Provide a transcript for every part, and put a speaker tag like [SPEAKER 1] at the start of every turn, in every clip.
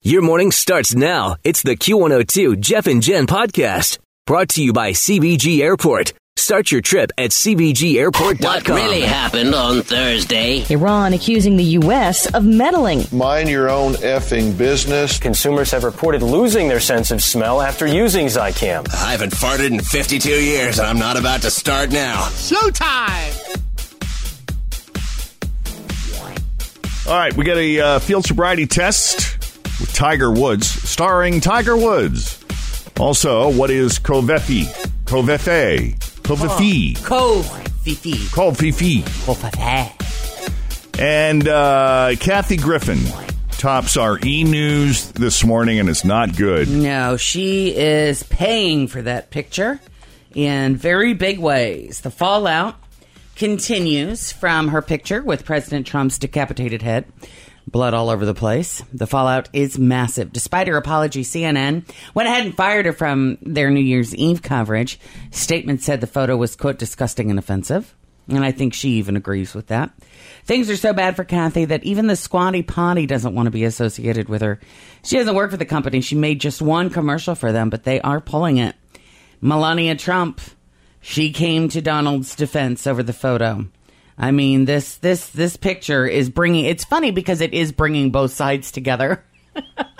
[SPEAKER 1] Your morning starts now. It's the Q102 Jeff and Jen podcast brought to you by CBG Airport. Start your trip at
[SPEAKER 2] What
[SPEAKER 1] CBGAirport.com.
[SPEAKER 2] really happened on Thursday?
[SPEAKER 3] Iran accusing the U.S. of meddling.
[SPEAKER 4] Mind your own effing business.
[SPEAKER 5] Consumers have reported losing their sense of smell after using Zycam.
[SPEAKER 6] I haven't farted in 52 years, and I'm not about to start now.
[SPEAKER 7] All right, we got a uh, field sobriety test with Tiger Woods, starring Tiger Woods. Also, what is Covefi? Covefe? Covefi?
[SPEAKER 8] Cove Fifi.
[SPEAKER 7] Covefi. And uh, Kathy Griffin tops our e news this morning, and it's not good.
[SPEAKER 8] No, she is paying for that picture in very big ways. The fallout continues from her picture with President Trump's decapitated head. Blood all over the place. The fallout is massive. Despite her apology, CNN went ahead and fired her from their New Year's Eve coverage. Statement said the photo was, quote, disgusting and offensive. And I think she even agrees with that. Things are so bad for Kathy that even the squatty potty doesn't want to be associated with her. She doesn't work for the company. She made just one commercial for them, but they are pulling it. Melania Trump, she came to Donald's defense over the photo. I mean, this this this picture is bringing. It's funny because it is bringing both sides together.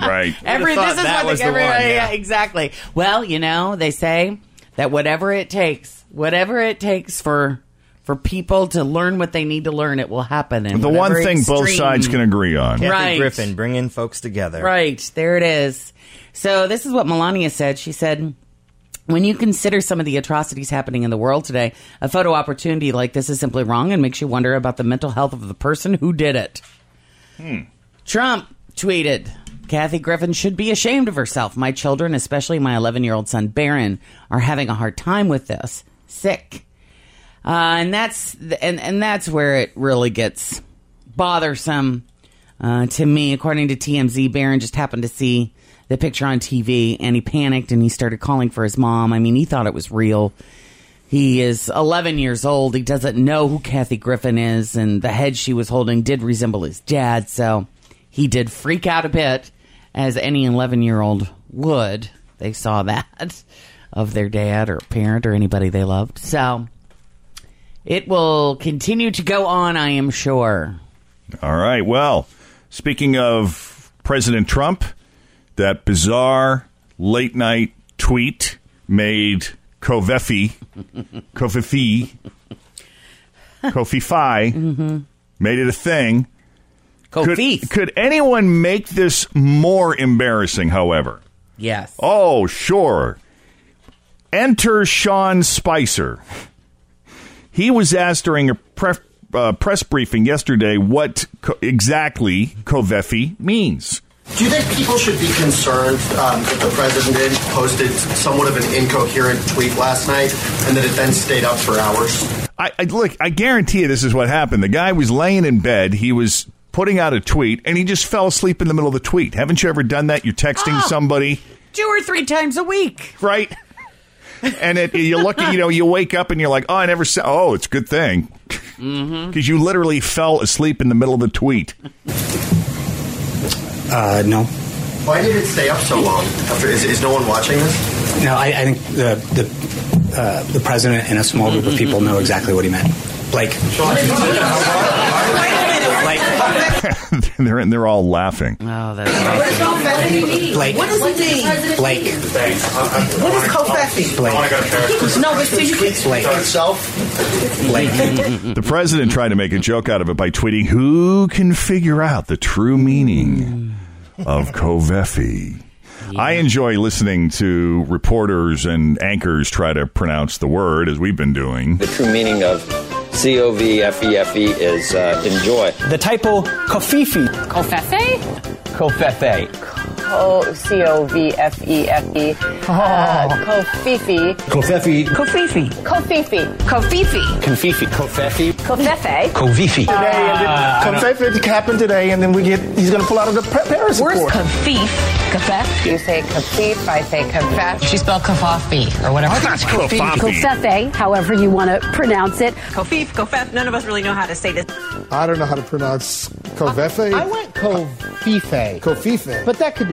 [SPEAKER 7] Right.
[SPEAKER 8] Every
[SPEAKER 5] thought
[SPEAKER 8] this is
[SPEAKER 5] that
[SPEAKER 8] what
[SPEAKER 5] was
[SPEAKER 8] the,
[SPEAKER 5] the
[SPEAKER 8] every,
[SPEAKER 5] one,
[SPEAKER 8] yeah,
[SPEAKER 5] yeah.
[SPEAKER 8] exactly. Well, you know, they say that whatever it takes, whatever it takes for for people to learn what they need to learn, it will happen. And
[SPEAKER 7] The one
[SPEAKER 8] whatever
[SPEAKER 7] thing both
[SPEAKER 8] extreme-
[SPEAKER 7] sides can agree on.
[SPEAKER 8] Right.
[SPEAKER 5] Kathy Griffin bringing folks together.
[SPEAKER 8] Right. There it is. So this is what Melania said. She said, when you consider some of the atrocities happening in the world today, a photo opportunity like this is simply wrong and makes you wonder about the mental health of the person who did it. Trump tweeted, Kathy Griffin should be ashamed of herself. My children, especially my 11 year old son Barron, are having a hard time with this. Sick. Uh, and that's and and that's where it really gets bothersome uh, to me. According to TMZ, Barron just happened to see the picture on TV and he panicked and he started calling for his mom. I mean, he thought it was real. He is 11 years old. He doesn't know who Kathy Griffin is, and the head she was holding did resemble his dad, so he did freak out a bit, as any 11 year old would. They saw that of their dad or parent or anybody they loved. So it will continue to go on, I am sure.
[SPEAKER 7] All right. Well, speaking of President Trump, that bizarre late night tweet made Kovefi, Kofifi, Kofi Fi,
[SPEAKER 8] Mm-hmm.
[SPEAKER 7] made it a thing.
[SPEAKER 8] Kofi.
[SPEAKER 7] Could, could anyone make this more embarrassing, however?
[SPEAKER 8] yes.
[SPEAKER 7] Oh, sure. Enter Sean Spicer. He was asked during a pref- uh, press briefing yesterday what co- exactly Covefi means.
[SPEAKER 9] Do you think people should be concerned um, that the president posted somewhat of an incoherent tweet last night and that it then stayed up for hours?
[SPEAKER 7] I, I look. I guarantee you, this is what happened. The guy was laying in bed. He was putting out a tweet, and he just fell asleep in the middle of the tweet. Haven't you ever done that? You're
[SPEAKER 10] Ah.
[SPEAKER 7] texting somebody,
[SPEAKER 8] Two or three times a week.
[SPEAKER 7] right? And it, you look, at- you know, you wake up and you're like, "Oh, I never said." Oh, it's a good thing because you literally fell asleep in the middle of the tweet.
[SPEAKER 9] Uh, no. Why did it stay up so long? After is, is no one watching this? No, I, I think the the, uh, the president and a small group of people know exactly what he meant. Blake. Blake.
[SPEAKER 7] they're they're all laughing.
[SPEAKER 11] Oh,
[SPEAKER 12] does Kofefe mean?
[SPEAKER 13] Blake.
[SPEAKER 12] What does he mean?
[SPEAKER 13] Blake.
[SPEAKER 12] What is Kofefe?
[SPEAKER 13] Blake.
[SPEAKER 12] No, it's you can
[SPEAKER 13] Blake.
[SPEAKER 7] the president tried to make a joke out of it by tweeting, "Who can figure out the true meaning of Kovefi?" I enjoy listening to reporters and anchors try to pronounce the word as we've been doing.
[SPEAKER 10] The true meaning of
[SPEAKER 14] Oh,
[SPEAKER 10] C O V F E F E is uh, enjoy.
[SPEAKER 5] The typo kofifi.
[SPEAKER 15] Kofefe?
[SPEAKER 10] Kofefe.
[SPEAKER 15] Oh, C O V F E F E. Uh, Kofifi.
[SPEAKER 10] Kofefi.
[SPEAKER 15] Kofifi. Kofifi. Kofifi.
[SPEAKER 10] Confifi. Kofefi.
[SPEAKER 15] Kofefe.
[SPEAKER 10] Kofifi.
[SPEAKER 12] Today, and then Kofefe happened today, and then we get he's going to pull out of the Pa- Paris
[SPEAKER 15] Where's
[SPEAKER 12] Accord.
[SPEAKER 15] kafif? Kafef? You say kafif, I say kafef. She spelled kafafi or
[SPEAKER 12] whatever. Oh, that's kafafi.
[SPEAKER 15] Kofefe, however you want to pronounce it. Kofif, kofef. None of us really know how to say this.
[SPEAKER 16] I don't know how to pronounce Kovefe. I went Kofife. Kofife. But that could be.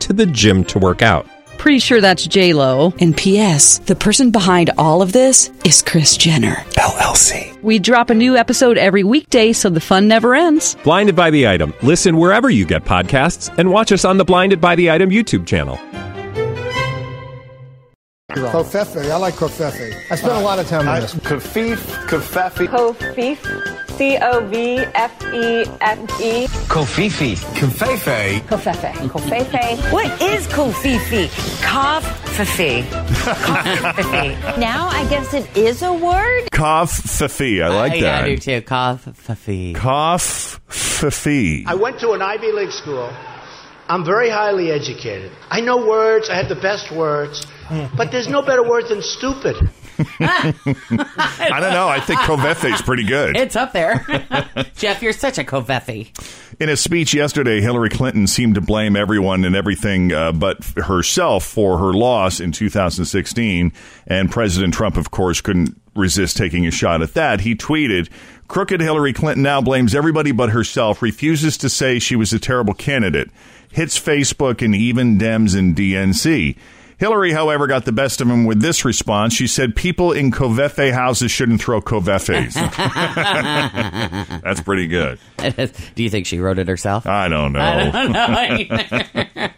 [SPEAKER 17] to the gym to work out.
[SPEAKER 18] Pretty sure that's J Lo. And P.S. The person behind all of this is Chris Jenner
[SPEAKER 17] LLC.
[SPEAKER 18] We drop a new episode every weekday, so the fun never ends.
[SPEAKER 17] Blinded by the item. Listen wherever you get podcasts, and watch us on the Blinded by the Item YouTube channel.
[SPEAKER 16] Kofefe. I like Kofefe. I spent a lot of time on this. Kofif, Kofefe.
[SPEAKER 15] Kofif. C O V F E F E.
[SPEAKER 19] Kofifi. Kofefe.
[SPEAKER 15] Kofefe. Kofefe. What is kofifi? Kofefe. Kofefe.
[SPEAKER 20] Now I guess it is a word.
[SPEAKER 7] Cough Fifi. I
[SPEAKER 6] Oh,
[SPEAKER 7] like
[SPEAKER 11] I- I
[SPEAKER 7] that.
[SPEAKER 11] do too. Cough Fifi.
[SPEAKER 7] Cough Fifi.
[SPEAKER 14] I went to an Ivy League school. I'm very highly educated. I know words. I have the best words.
[SPEAKER 10] Hmm.
[SPEAKER 14] But there's no better word than stupid.
[SPEAKER 7] I don't know. I think Kovefe is pretty good.
[SPEAKER 11] It's up there. Jeff, you're such a Kofefe.
[SPEAKER 7] In a speech yesterday, Hillary Clinton seemed to blame everyone and everything uh, but herself for her loss in 2016. And President Trump, of course, couldn't resist taking a shot at that. He tweeted, Crooked Hillary Clinton now blames everybody but herself, refuses to say she was a terrible candidate, hits Facebook and even Dems and DNC. Hillary, however, got the best of him with this response. She said, People in Covefe houses shouldn't throw Covefes. That's pretty good.
[SPEAKER 11] Do you think she wrote it herself?
[SPEAKER 7] I don't know.
[SPEAKER 11] I don't know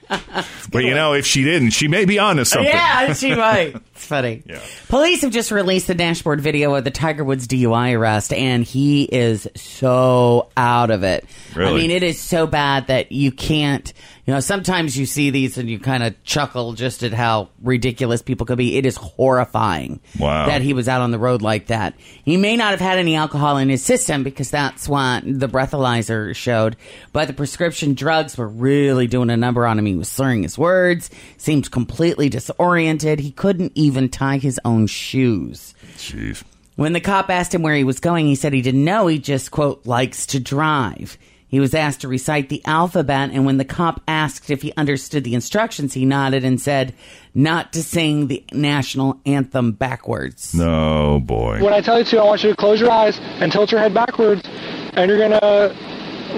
[SPEAKER 7] but you know, if she didn't, she may be onto something.
[SPEAKER 11] Yeah, she might. It's funny. Police have just released the dashboard video of the Tiger Woods DUI arrest, and he is so out of it. I
[SPEAKER 21] Really?
[SPEAKER 11] mean, it is so bad that you can't. You know, sometimes you see these and you kind of chuckle just at how ridiculous people could be. It is horrifying
[SPEAKER 21] Wow.
[SPEAKER 11] that he was out on the road like that. He may not have had any alcohol in his system because that's what the breathalyzer showed, but the prescription drugs were really doing a number on him. He was slurring his words, seemed completely disoriented. He couldn't even tie his own shoes.
[SPEAKER 7] Jeez.
[SPEAKER 11] When the cop asked him where he was going, he said he didn't know. He just, quote, likes to drive. He was asked to recite the alphabet, and when the cop asked if he understood the instructions, he nodded and said, not to sing the national anthem backwards.
[SPEAKER 7] No, Oh, boy.
[SPEAKER 8] When I tell you to, I want you to close your eyes and tilt your head backwards, and you're gonna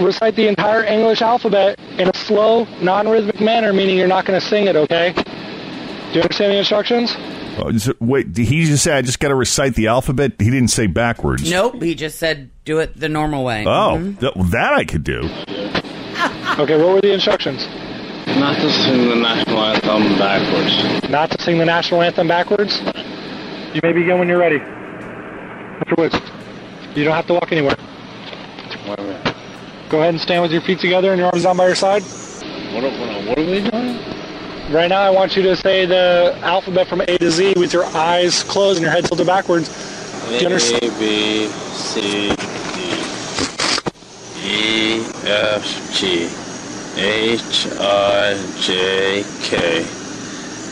[SPEAKER 8] recite the entire English alphabet in a slow, non-rhythmic manner, meaning you're not gonna sing it. Okay? Do you understand the instructions?
[SPEAKER 7] Oh, so- Wait, did he just say, I just got to recite the alphabet? He didn't say backwards.
[SPEAKER 11] Nope, he just said do it the normal way. Mm-hmm.
[SPEAKER 7] Oh, th- well, that I could do.
[SPEAKER 8] Okay. What were the instructions?
[SPEAKER 10] Not to sing the national anthem backwards.
[SPEAKER 8] Not to sing the national anthem backwards. You may begin when you're ready. Mr. Woods, you don't have to walk anywhere. Go ahead and stand with your feet together and your arms down by your side.
[SPEAKER 10] What, what, what are we doing?
[SPEAKER 8] Right now, I want you to say the alphabet from A to Z with your eyes closed and your head tilted backwards. Do you
[SPEAKER 10] A,
[SPEAKER 8] understand?
[SPEAKER 10] B, C, D, E, F, G, H, I, J, K,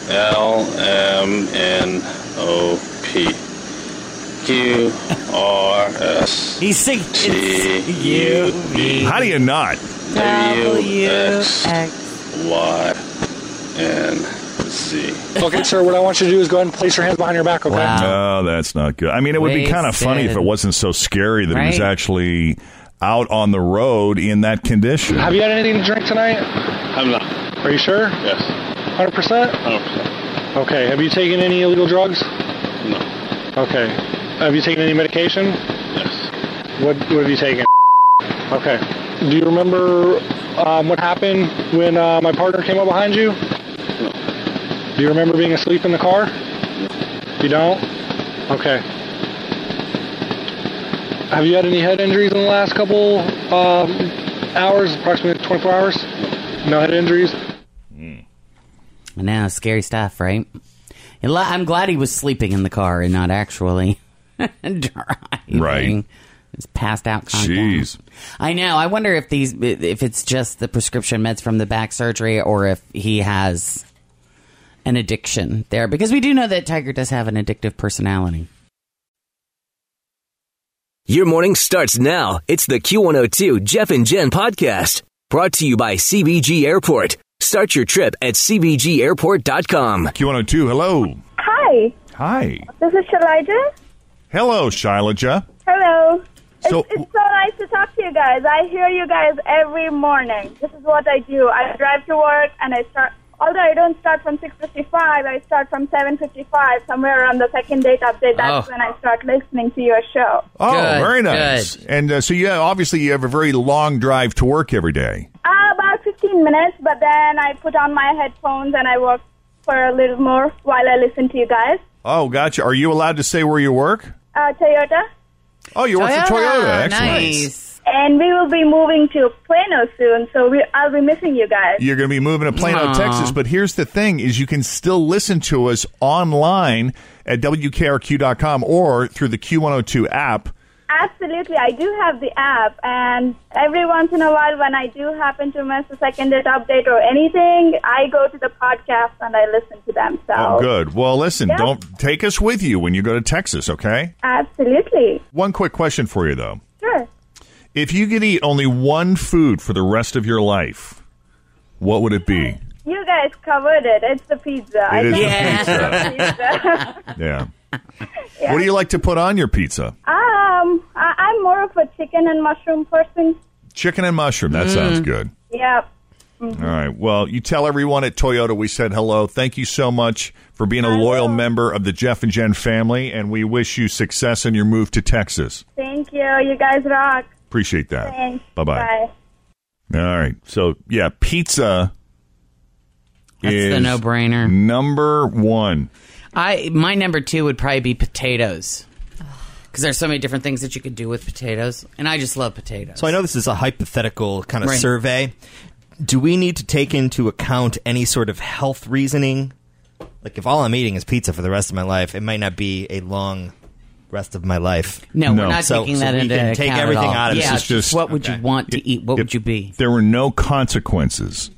[SPEAKER 10] L, M, N, O, P, Q, R, S,
[SPEAKER 11] He's singing. It's you.
[SPEAKER 7] How do you not?
[SPEAKER 8] Y N Z. Okay, sir, what I want you to do is go ahead and place your hands behind your back, okay?
[SPEAKER 7] No, Oh, that's not good. I mean, it would be kind of funny if it
[SPEAKER 8] Wasted.
[SPEAKER 7] wasn't so scary that he was
[SPEAKER 8] Right.
[SPEAKER 7] actually out on the road in that condition.
[SPEAKER 8] Have you had anything to drink tonight? I'm not. Are you sure? Yes. 100%? 100%. Okay, have you taken any illegal drugs? No. Okay. Have you taken any medication? Yes. What, what have you taken? Okay. Do you remember um, what happened when uh, my partner came up behind you? No. Do you remember being asleep in the car? You don't? Okay. Have you had any head injuries in the last couple um, hours, approximately 24 hours? No head injuries?
[SPEAKER 11] I know, scary stuff, right? And li- I'm glad he was sleeping in the car and not actually driving. Right. It's passed out. Jeez. I know. I wonder if these, if it's just the prescription meds from the back surgery, or if he has an addiction there, because we do know that Tiger does have an addictive personality.
[SPEAKER 1] Your morning starts now. It's the Q102 Jeff and Jen podcast brought to you by CBG Airport. Start your trip at CBGAirport.com.
[SPEAKER 7] Q102, hello.
[SPEAKER 22] Hi,
[SPEAKER 7] Hi.
[SPEAKER 22] this is Shalija.
[SPEAKER 7] Hello, Shilaja.
[SPEAKER 22] Hello.
[SPEAKER 7] So-
[SPEAKER 22] it's, it's so nice to talk to you guys. I hear you guys every morning. This is what I do. I drive to work and I start. Although I don't start from 6:55, I start from 7:55. Somewhere around the second date update, that's
[SPEAKER 7] Oh.
[SPEAKER 22] when I start listening to your show.
[SPEAKER 7] Oh, very nice. And uh, so, yeah, obviously, you have a very long drive to work every day.
[SPEAKER 22] Uh, about 15 minutes, but then I put on my headphones and I work for a little more while I listen to you guys.
[SPEAKER 7] Oh, gotcha. Are you allowed to say where you work?
[SPEAKER 22] Uh, Toyota.
[SPEAKER 7] Oh, you work for Toyota.
[SPEAKER 11] Ah,
[SPEAKER 7] Excellent.
[SPEAKER 22] And we will be moving to Plano soon, so we, I'll be missing you guys.
[SPEAKER 7] You're going to be moving to Plano,
[SPEAKER 22] Aw.
[SPEAKER 7] Texas. But here's the thing: is you can still listen to us online at wkrq.com or through the Q102 app.
[SPEAKER 22] Absolutely, I do have the app, and every once in a while, when I do happen to miss a second date update or anything, I go to the podcast and I listen to them. So,
[SPEAKER 7] Oh, good. Well, listen,
[SPEAKER 22] Yeah.
[SPEAKER 7] don't take us with you when you go to Texas, okay?
[SPEAKER 22] absolutely,
[SPEAKER 7] One quick question for you, though.
[SPEAKER 22] sure.
[SPEAKER 7] If you could eat only one food for the rest of your life, what would it be?
[SPEAKER 22] You guys covered it. It's the pizza. I
[SPEAKER 7] It is the
[SPEAKER 22] love pizza.
[SPEAKER 7] Yeah. What do you like to put on your pizza?
[SPEAKER 22] um, I, I'm more of a chicken and mushroom person.
[SPEAKER 7] Chicken and mushroom. That
[SPEAKER 11] Mm.
[SPEAKER 7] sounds good.
[SPEAKER 22] Yep.
[SPEAKER 7] All right. Well, you tell everyone at Toyota we said hello. Thank you so much for being a loyal member of the Jeff and Jen family, and we wish you success in your move to Texas.
[SPEAKER 22] Thank you. You guys rock.
[SPEAKER 7] Appreciate that.
[SPEAKER 22] Thanks.
[SPEAKER 7] Bye bye.
[SPEAKER 22] Bye.
[SPEAKER 7] All right. So yeah, pizza
[SPEAKER 11] That's
[SPEAKER 7] is
[SPEAKER 11] the no-brainer.
[SPEAKER 7] Number one.
[SPEAKER 11] I my number two would probably be potatoes, because there's so many different things that you could do with potatoes, and I just love potatoes.
[SPEAKER 6] So I know this is a hypothetical kind of
[SPEAKER 11] Right.
[SPEAKER 6] survey. Do we need to take into account any sort of health reasoning? Like if all I'm eating is pizza for the rest of my life, it might not be a long rest of my life.
[SPEAKER 11] No, we're not
[SPEAKER 6] So-
[SPEAKER 11] taking
[SPEAKER 6] so
[SPEAKER 11] that
[SPEAKER 6] we
[SPEAKER 11] into
[SPEAKER 6] can take
[SPEAKER 11] account at
[SPEAKER 6] everything
[SPEAKER 11] all.
[SPEAKER 6] out of
[SPEAKER 11] yeah,
[SPEAKER 6] this.
[SPEAKER 11] just what would you want to eat? What would you be?
[SPEAKER 7] There were no consequences.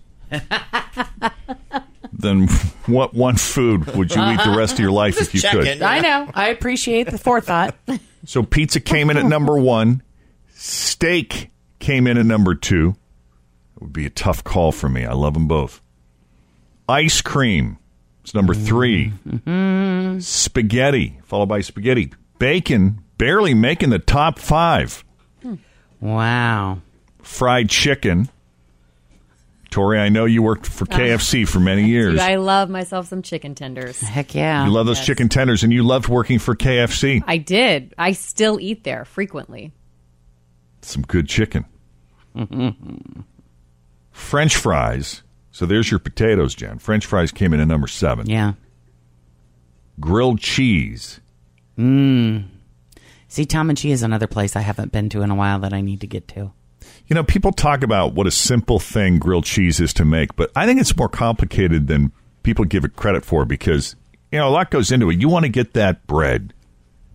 [SPEAKER 7] then what one food would you eat the rest of your life if you could?
[SPEAKER 11] I know. I appreciate the forethought.
[SPEAKER 7] So pizza came in at number one. Steak came in at number two. It would be a tough call for me. I love them both. Ice cream is number 3 Spaghetti, followed by spaghetti. Bacon, barely making the top five.
[SPEAKER 11] Wow.
[SPEAKER 7] Fried chicken. Tori, I know you worked for
[SPEAKER 13] Ah.
[SPEAKER 7] KFC for many years.
[SPEAKER 13] Dude, I love myself some chicken tenders.
[SPEAKER 11] Heck yeah.
[SPEAKER 7] You love those
[SPEAKER 13] Yes.
[SPEAKER 7] chicken tenders, and you loved working for KFC.
[SPEAKER 13] I did. I still eat there frequently.
[SPEAKER 7] Some good chicken. French fries. So there's your potatoes, Jen. French fries came in at number seven.
[SPEAKER 11] Yeah.
[SPEAKER 7] Grilled cheese.
[SPEAKER 11] Mm. See, Tom and Chi is another place I haven't been to in a while that I need to get to.
[SPEAKER 7] You know, people talk about what a simple thing grilled cheese is to make, but I think it's more complicated than people give it credit for because, you know, a lot goes into it. You want to get that bread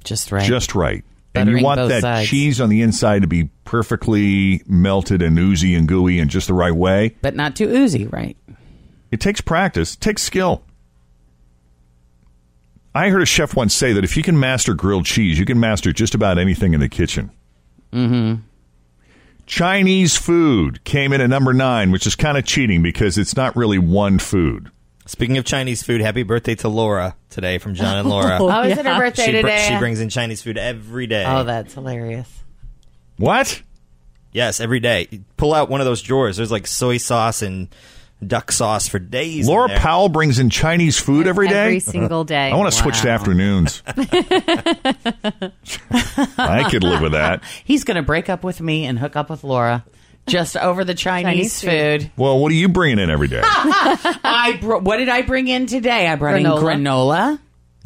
[SPEAKER 11] just right.
[SPEAKER 7] Just right. and
[SPEAKER 11] Buttering
[SPEAKER 7] you want
[SPEAKER 11] both
[SPEAKER 7] that
[SPEAKER 11] sides.
[SPEAKER 7] cheese on the inside to be perfectly melted and oozy and gooey and just the right way.
[SPEAKER 11] But not too oozy, right?
[SPEAKER 7] It takes practice, it takes skill. I heard a chef once say that if you can master grilled cheese, you can master just about anything in the kitchen.
[SPEAKER 11] Mm-hmm.
[SPEAKER 7] Chinese food came in at number nine, which is kind of cheating because it's not really one food.
[SPEAKER 6] Speaking of Chinese food, happy birthday to Laura today from John and Laura.
[SPEAKER 11] Oh, is it her birthday
[SPEAKER 6] she, br-
[SPEAKER 11] today?
[SPEAKER 6] She brings in Chinese food every day.
[SPEAKER 11] Oh, that's hilarious.
[SPEAKER 7] What?
[SPEAKER 6] Yes, every day. Pull out one of those drawers. There's like soy sauce and duck sauce for days. in
[SPEAKER 7] Laura
[SPEAKER 6] there.
[SPEAKER 7] Powell brings in Chinese food every day?
[SPEAKER 13] Every single day.
[SPEAKER 7] I want to switch to
[SPEAKER 13] Wow.
[SPEAKER 7] afternoons. I could live with that.
[SPEAKER 11] He's going to break up with me and hook up with Laura just over the Chinese,
[SPEAKER 13] Chinese
[SPEAKER 11] food.
[SPEAKER 7] Well, what are you bringing in every day?
[SPEAKER 11] I br- what did I bring in today? I brought in
[SPEAKER 13] Granola.
[SPEAKER 11] granola.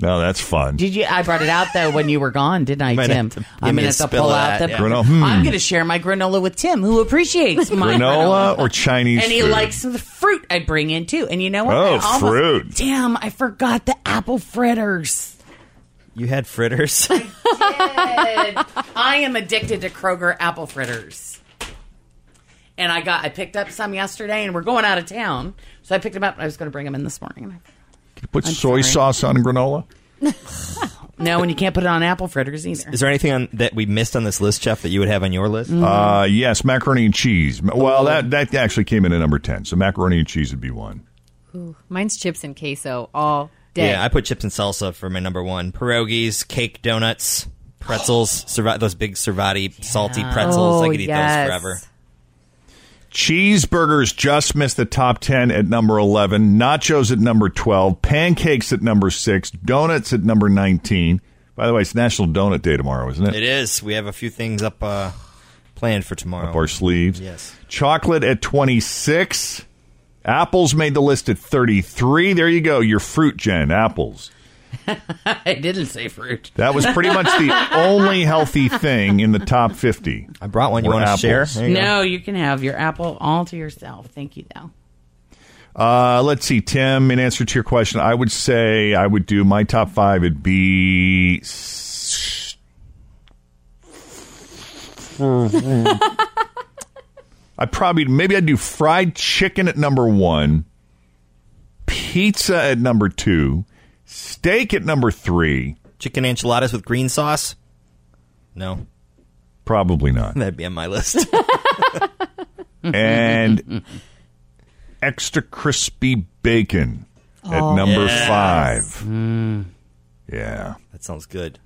[SPEAKER 7] No, that's fun.
[SPEAKER 11] Did you? I brought it out though when you were gone, didn't I,
[SPEAKER 7] Might have
[SPEAKER 11] Tim?
[SPEAKER 7] to give
[SPEAKER 11] I'm
[SPEAKER 7] me
[SPEAKER 11] gonna
[SPEAKER 7] a
[SPEAKER 11] have to
[SPEAKER 7] spill
[SPEAKER 11] pull
[SPEAKER 7] of
[SPEAKER 11] out the.
[SPEAKER 7] that, yeah. Granola, hmm.
[SPEAKER 11] I'm going to share my granola with Tim, who appreciates my
[SPEAKER 7] granola or Chinese
[SPEAKER 11] and he
[SPEAKER 7] food?
[SPEAKER 11] likes some of the fruit I bring in too. And you know what?
[SPEAKER 7] Oh,
[SPEAKER 11] I almost-
[SPEAKER 7] fruit.
[SPEAKER 11] Damn, I forgot the apple fritters.
[SPEAKER 6] You had fritters.
[SPEAKER 11] I am addicted to Kroger apple fritters. And I got I picked up some yesterday, and we're going out of town, so I picked them up. and I was going to bring them in this morning.
[SPEAKER 7] Put soy sauce on granola?
[SPEAKER 11] No, and you can't put it on apple fritters either.
[SPEAKER 6] Is there anything on, that we missed on this list, Jeff, that you would have on your list?
[SPEAKER 13] Mm,
[SPEAKER 11] Mm.
[SPEAKER 7] Uh, yes, macaroni and cheese. Ma- Well, that, that actually came in at number 10, so macaroni and cheese would be one.
[SPEAKER 13] Ooh, mine's chips and queso all day.
[SPEAKER 6] Yeah, I put chips and salsa for my number one. Pierogies, cake, donuts, pretzels, serva- those big servati salty pretzels. I
[SPEAKER 13] Oh,
[SPEAKER 6] could eat
[SPEAKER 13] yes.
[SPEAKER 6] those forever.
[SPEAKER 7] Cheeseburgers just missed the top 10 at number 11, nachos at number 12, pancakes at number 6, donuts at number 19. By the way, it's National Donut Day tomorrow, isn't it?
[SPEAKER 6] It is. We have a few things up uh, planned for tomorrow.
[SPEAKER 7] Up our sleeves.
[SPEAKER 6] Yes.
[SPEAKER 7] Chocolate at 26. Apples made the list at 33. There you go, your fruit gen, apples.
[SPEAKER 11] I didn't say fruit.
[SPEAKER 7] That was pretty much the only healthy thing in the top 50.
[SPEAKER 6] I brought one.
[SPEAKER 13] You
[SPEAKER 6] wanna share? There you
[SPEAKER 11] no, you can have your apple all to yourself. Thank you, though.
[SPEAKER 7] Uh, let's see, Tim. In answer to your question, I would say I would do my top five. It'd be s- I probably maybe I'd do fried chicken at number one, pizza at number two, steak at number three.
[SPEAKER 6] Chicken enchiladas with green sauce? No,
[SPEAKER 7] Probably not.
[SPEAKER 6] that'd be on my list.
[SPEAKER 7] and extra crispy bacon
[SPEAKER 11] Oh.
[SPEAKER 7] at number
[SPEAKER 11] Yes. Mm.
[SPEAKER 7] five. Yeah.
[SPEAKER 6] that sounds good.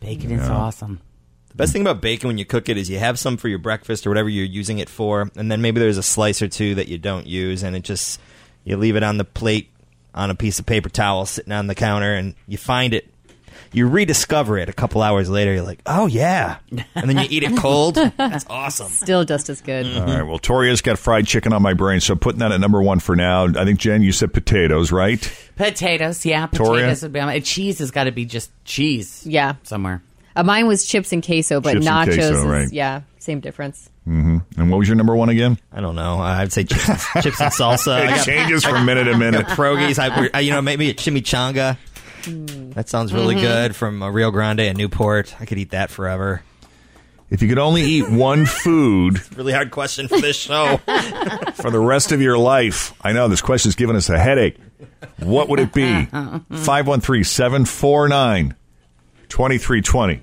[SPEAKER 11] Bacon is
[SPEAKER 7] Yeah.
[SPEAKER 11] awesome.
[SPEAKER 6] The best thing about bacon when you cook it is you have some for your breakfast or whatever you're using it for, and then maybe there's a slice or two that you don't use, and it just you leave it on the plate on a piece of paper towel sitting on the counter, and you find it. You rediscover it a couple hours later. You're like, oh yeah, and then you eat it cold. That's awesome.
[SPEAKER 13] Still just as good.
[SPEAKER 7] All right. Well, Toria's got fried chicken on my brain, so putting that at number one for now. I think Jen, you said potatoes, right?
[SPEAKER 11] Potatoes, yeah.
[SPEAKER 7] Toria?
[SPEAKER 11] Potatoes would be on. my- Cheese has got to be just cheese
[SPEAKER 13] Yeah.
[SPEAKER 11] somewhere.
[SPEAKER 13] Uh, mine was chips and queso, but
[SPEAKER 7] Chips and
[SPEAKER 13] nachos
[SPEAKER 7] queso,
[SPEAKER 13] is,
[SPEAKER 7] right.
[SPEAKER 13] yeah, same difference.
[SPEAKER 7] hmm And what was your number one again?
[SPEAKER 6] I don't know. I'd say chips, chips and salsa. I
[SPEAKER 7] it
[SPEAKER 6] got-
[SPEAKER 7] changes from minute to minute.
[SPEAKER 6] pierogies. I, I- uh, you know, maybe a chimichanga.
[SPEAKER 12] Hmm.
[SPEAKER 6] That sounds really
[SPEAKER 13] Mhm.
[SPEAKER 12] Mm-hmm.
[SPEAKER 6] good from a Rio Grande in Newport. I could eat that forever.
[SPEAKER 7] If you could only eat one food
[SPEAKER 6] Really hard question for this show.
[SPEAKER 7] for the rest of your life, I know this question's giving us a headache. What would it be? 513 749 2320.